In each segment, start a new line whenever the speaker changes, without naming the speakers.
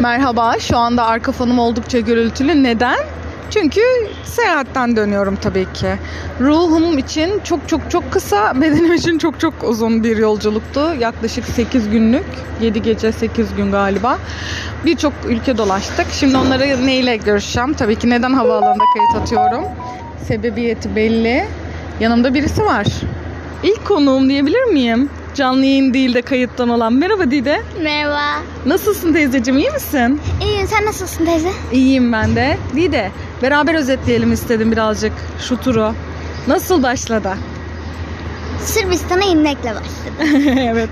Merhaba, şu anda arka fonum oldukça gürültülü. Neden? Çünkü seyahatten dönüyorum tabii ki. Ruhum için çok çok çok kısa, bedenim için çok çok uzun bir yolculuktu. Yaklaşık 8 günlük, 7 gece 8 gün galiba. Birçok ülke dolaştık. Şimdi onları neyle görüşeceğim? Tabii ki neden havaalanında kayıt atıyorum? Sebebiyeti belli. Yanımda birisi var. İlk konuğum diyebilir miyim? Canlı yayın değil de kayıttan olan. Merhaba Dide.
Merhaba.
Nasılsın teyzeciğim iyi misin?
İyiyim sen nasılsın teyze?
İyiyim ben de. Dide beraber özetleyelim istedim birazcık şu turu. Nasıl başladı?
Sırbistan'a inmekle başladım.
evet.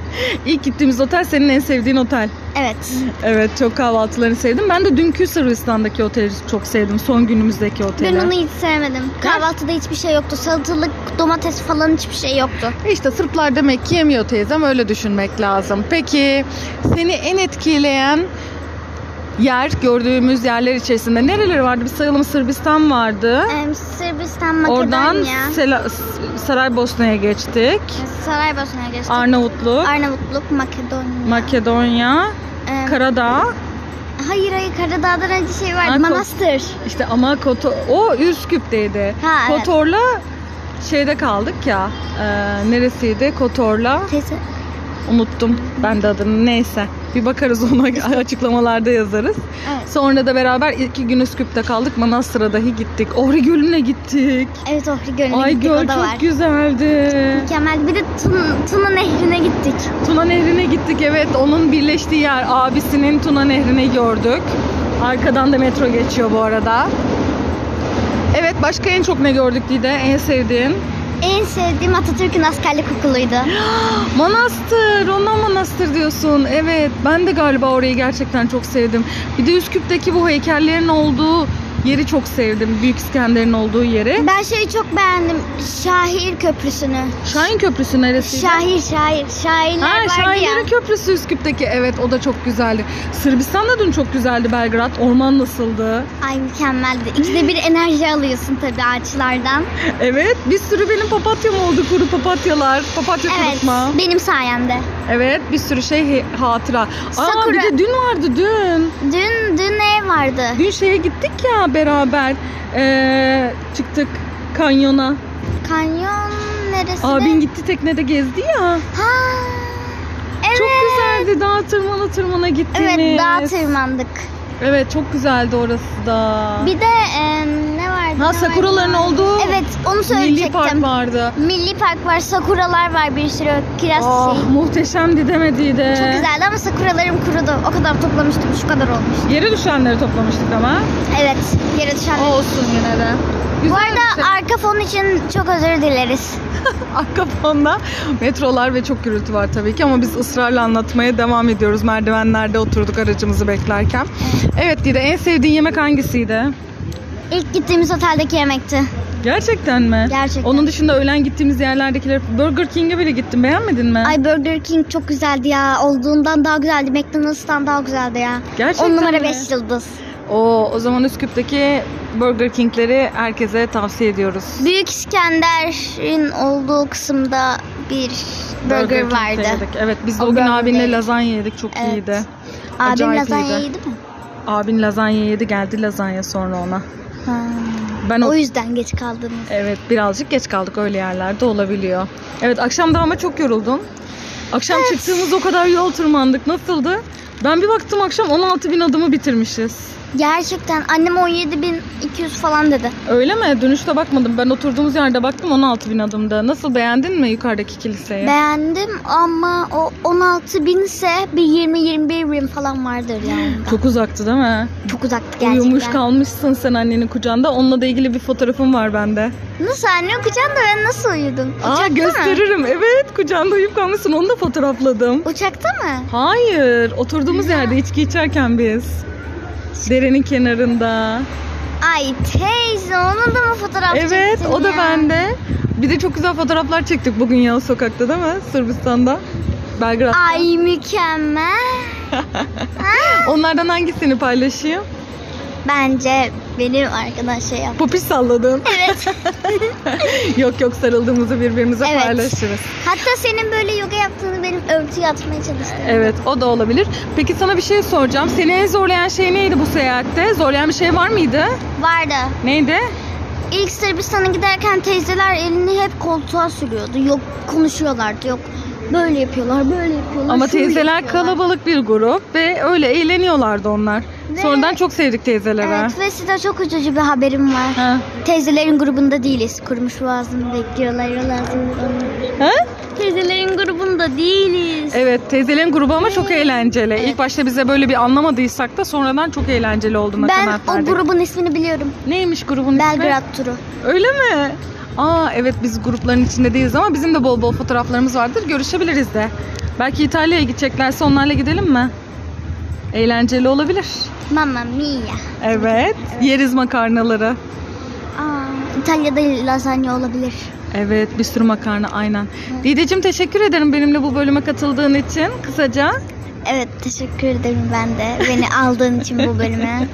İlk gittiğimiz otel senin en sevdiğin otel.
Evet.
Evet çok kahvaltılarını sevdim. Ben de dünkü Sırbistan'daki oteli çok sevdim. Son günümüzdeki oteli.
Ben onu hiç sevmedim. Kahvaltıda hiçbir şey yoktu. Salatalık, domates falan hiçbir şey yoktu.
İşte Sırplar demek ki yemiyor teyzem öyle düşünmek lazım. Peki seni en etkileyen yer gördüğümüz yerler içerisinde nereleri vardı? Bir sayalım Sırbistan vardı.
Ee, Sırbistan,
Oradan
Makedonya,
Sela- Saraybosna'ya geçtik.
Saraybosna'ya geçtik.
Arnavutluk,
Arnavutluk, Makedonya.
Makedonya,
Ee,
Karadağ.
hayır hayır Karadağ'dan önce şey vardı.
Arko-
Manastır.
İşte ama Koto o Üsküp'teydi.
Ha, evet.
Kotor'la şeyde kaldık ya. e, neresiydi? Kotor'la
Teyze.
unuttum ben de adını. Neyse. Bir bakarız ona açıklamalarda yazarız.
Evet.
Sonra da beraber iki gün Üsküp'te kaldık. Manastır'a dahi gittik. Ohri Gölü'ne gittik.
Evet Ohri Gölü'ne
Ay
gittik.
göl
o da
çok
var.
güzeldi.
Mükemmel. Bir de Tuna, Tuna Nehri'ne gittik.
Tuna Nehri'ne gittik evet. Onun birleştiği yer abisinin Tuna Nehri'ni gördük. Arkadan da metro geçiyor bu arada. Evet başka en çok ne gördük Dide? En sevdiğin?
En sevdiğim Atatürk'ün askerlik okuluydu.
Manastır. Ondan manastır diyorsun. Evet ben de galiba orayı gerçekten çok sevdim. Bir de Üsküp'teki bu heykellerin olduğu yeri çok sevdim. Büyük İskender'in olduğu yeri.
Ben şeyi çok beğendim. Şahir Köprüsü'nü.
Şahin Köprüsü neresiydi?
Şahir, şair. Şairler
Ha,
vardı
Şahinlerin
ya.
Köprüsü Üsküp'teki. Evet o da çok güzeldi. Sırbistan da dün çok güzeldi Belgrad. Orman nasıldı?
Ay mükemmeldi. İkide bir enerji alıyorsun tabii ağaçlardan.
Evet bir sürü benim papatyam oldu kuru papatyalar. Papatya
Evet.
kurutma.
Benim sayemde.
Evet bir sürü şey he- hatıra. Aa
Sakura.
bir de dün vardı dün.
Dün, dün ne vardı?
Dün şeye gittik ya beraber. Ee, çıktık kanyona.
Kanyon neresi?
Abin gitti teknede gezdi ya.
Ha. Evet.
Çok güzeldi dağ tırmana tırmana gittiniz.
Evet dağa tırmandık.
Evet çok güzeldi orası da.
Bir de e, ne vardı?
Ha
ne
sakuraların
vardı?
olduğu
Evet onu
milli
söyleyecektim.
park vardı.
Milli park var, sakuralar var bir sürü. Kiraz şey.
Ah
çiçeği.
muhteşemdi demedi de.
Çok güzeldi ama sakuralarım kurudu. O kadar toplamıştım, şu kadar olmuş.
Yere düşenleri toplamıştık ama.
Evet, yere düşen.
Olsun yine de.
Bu
Güzel bir şey.
arada arka fon için çok özür dileriz.
arka fonda metrolar ve çok gürültü var tabii ki ama biz ısrarla anlatmaya devam ediyoruz. Merdivenlerde oturduk aracımızı beklerken. Evet Dide en sevdiğin yemek hangisiydi?
İlk gittiğimiz oteldeki yemekti.
Gerçekten mi?
Gerçekten.
Onun dışında öğlen gittiğimiz yerlerdekiler Burger King'e bile gittim. Beğenmedin mi?
Ay Burger King çok güzeldi ya. Olduğundan daha güzeldi. McDonald's'tan daha güzeldi ya.
Gerçekten
10 numara
mi?
5 yıldız.
Oo, o zaman Üsküp'teki Burger King'leri herkese tavsiye ediyoruz.
Büyük İskender'in olduğu kısımda bir burger,
King'te
vardı.
yedik. Evet biz de
O
o, gün
Burger
abinle
King.
lazanya yedik. Çok
Evet.
iyiydi.
Abim
Acayip
lazanya
iyiydi.
yedi mi?
Abin lazanya yedi geldi lazanya sonra ona.
Ha.
Ben o,
O yüzden geç kaldınız.
Evet birazcık geç kaldık öyle yerlerde olabiliyor. Evet akşam da ama çok yoruldum. Akşam çıktığımız o kadar yol tırmandık. Nasıldı? Ben bir baktım akşam 16 bin adımı bitirmişiz.
Gerçekten annem 17.200 falan dedi.
Öyle mi? Dönüşte bakmadım. Ben oturduğumuz yerde baktım 16 bin adımda. Nasıl beğendin mi yukarıdaki kiliseyi?
Beğendim ama o 16 bin ise bir 20-21 bin falan vardır yani.
Çok uzaktı değil mi?
Çok uzaktı gerçekten.
Uyumuş kalmışsın sen annenin kucağında. Onunla da ilgili bir fotoğrafım var bende.
Nasıl anne okuyacaksın da ben nasıl uyudum?
Aa gösteririm. Evet kucağında uyuyup kalmışsın. Onu da fotoğrafladım.
Uçakta mı?
Hayır, oturduğumuz yerde içki içerken biz. Derenin kenarında.
Ay teyze onun da mı fotoğraf
Evet,
çektin
o da
ya?
bende. Bir de çok güzel fotoğraflar çektik bugün ya sokakta değil mi? Sırbistan'da. Belgrad'da.
Ay mükemmel.
Onlardan hangisini paylaşayım?
Bence benim arkadaş şey yap.
Popiş salladın.
Evet.
yok yok sarıldığımızı birbirimize
Evet.
paylaşırız.
Hatta senin böyle yoga yaptığını benim örtüye atmaya çalıştım.
Evet o da olabilir. Peki sana bir şey soracağım. Seni en zorlayan şey neydi bu seyahatte? Zorlayan bir şey var mıydı?
Vardı.
Neydi?
İlk Sırbistan'a giderken teyzeler elini hep koltuğa sürüyordu. Yok konuşuyorlardı. Yok böyle yapıyorlar, böyle yapıyorlar.
Ama
şunu
teyzeler
yapıyorlar.
kalabalık bir grup ve öyle eğleniyorlardı onlar.
Ve-
Sonradan çok sevdik teyzelere.
Evet ve size çok üzücü bir haberim var.
Ha.
Teyzelerin grubunda değiliz. Kurumuş boğazını bekliyorlar yol ağzında.
Ha?
Teyzelerin grubunda değiliz.
Evet teyzelerin grubu ama çok eğlenceli. İlk başta bize böyle bir anlamadıysak da sonradan çok eğlenceli olduğuna
ben
kanaat
o
verdik.
grubun ismini biliyorum.
Neymiş grubun ismi?
Belgrad turu.
Öyle mi? Aa evet biz grupların içinde değiliz ama bizim de bol bol fotoğraflarımız vardır. Görüşebiliriz de. Belki İtalya'ya gideceklerse onlarla gidelim mi? Eğlenceli olabilir.
Mamma mia.
Evet. Yeriz makarnaları.
Aa, İtalya'da lazanya olabilir.
Evet bir sürü makarna aynen. Dideciğim teşekkür ederim benimle bu bölüme katıldığın için kısaca.
Evet teşekkür ederim ben de. Beni aldığın için bu bölüme.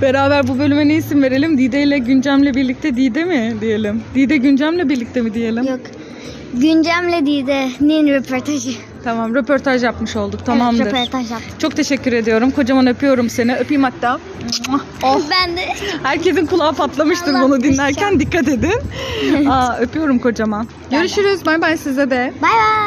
Beraber bu bölüme ne isim verelim? Dide ile Güncem'le birlikte Dide mi diyelim? Dide Güncem'le birlikte mi diyelim?
Yok. Güncem'le Dide'nin röportajı.
Tamam röportaj yapmış olduk tamamdır.
Evet, röportaj yaptım.
Çok teşekkür ediyorum. Kocaman öpüyorum seni. Öpeyim hatta. Mua. Oh.
Ben de.
Herkesin kulağı patlamıştır
Allah
bunu dinlerken.
düşeceğim.
Dikkat edin. Aa, öpüyorum kocaman.
Ben de.
Görüşürüz. Bay bay size de.
Bay bay.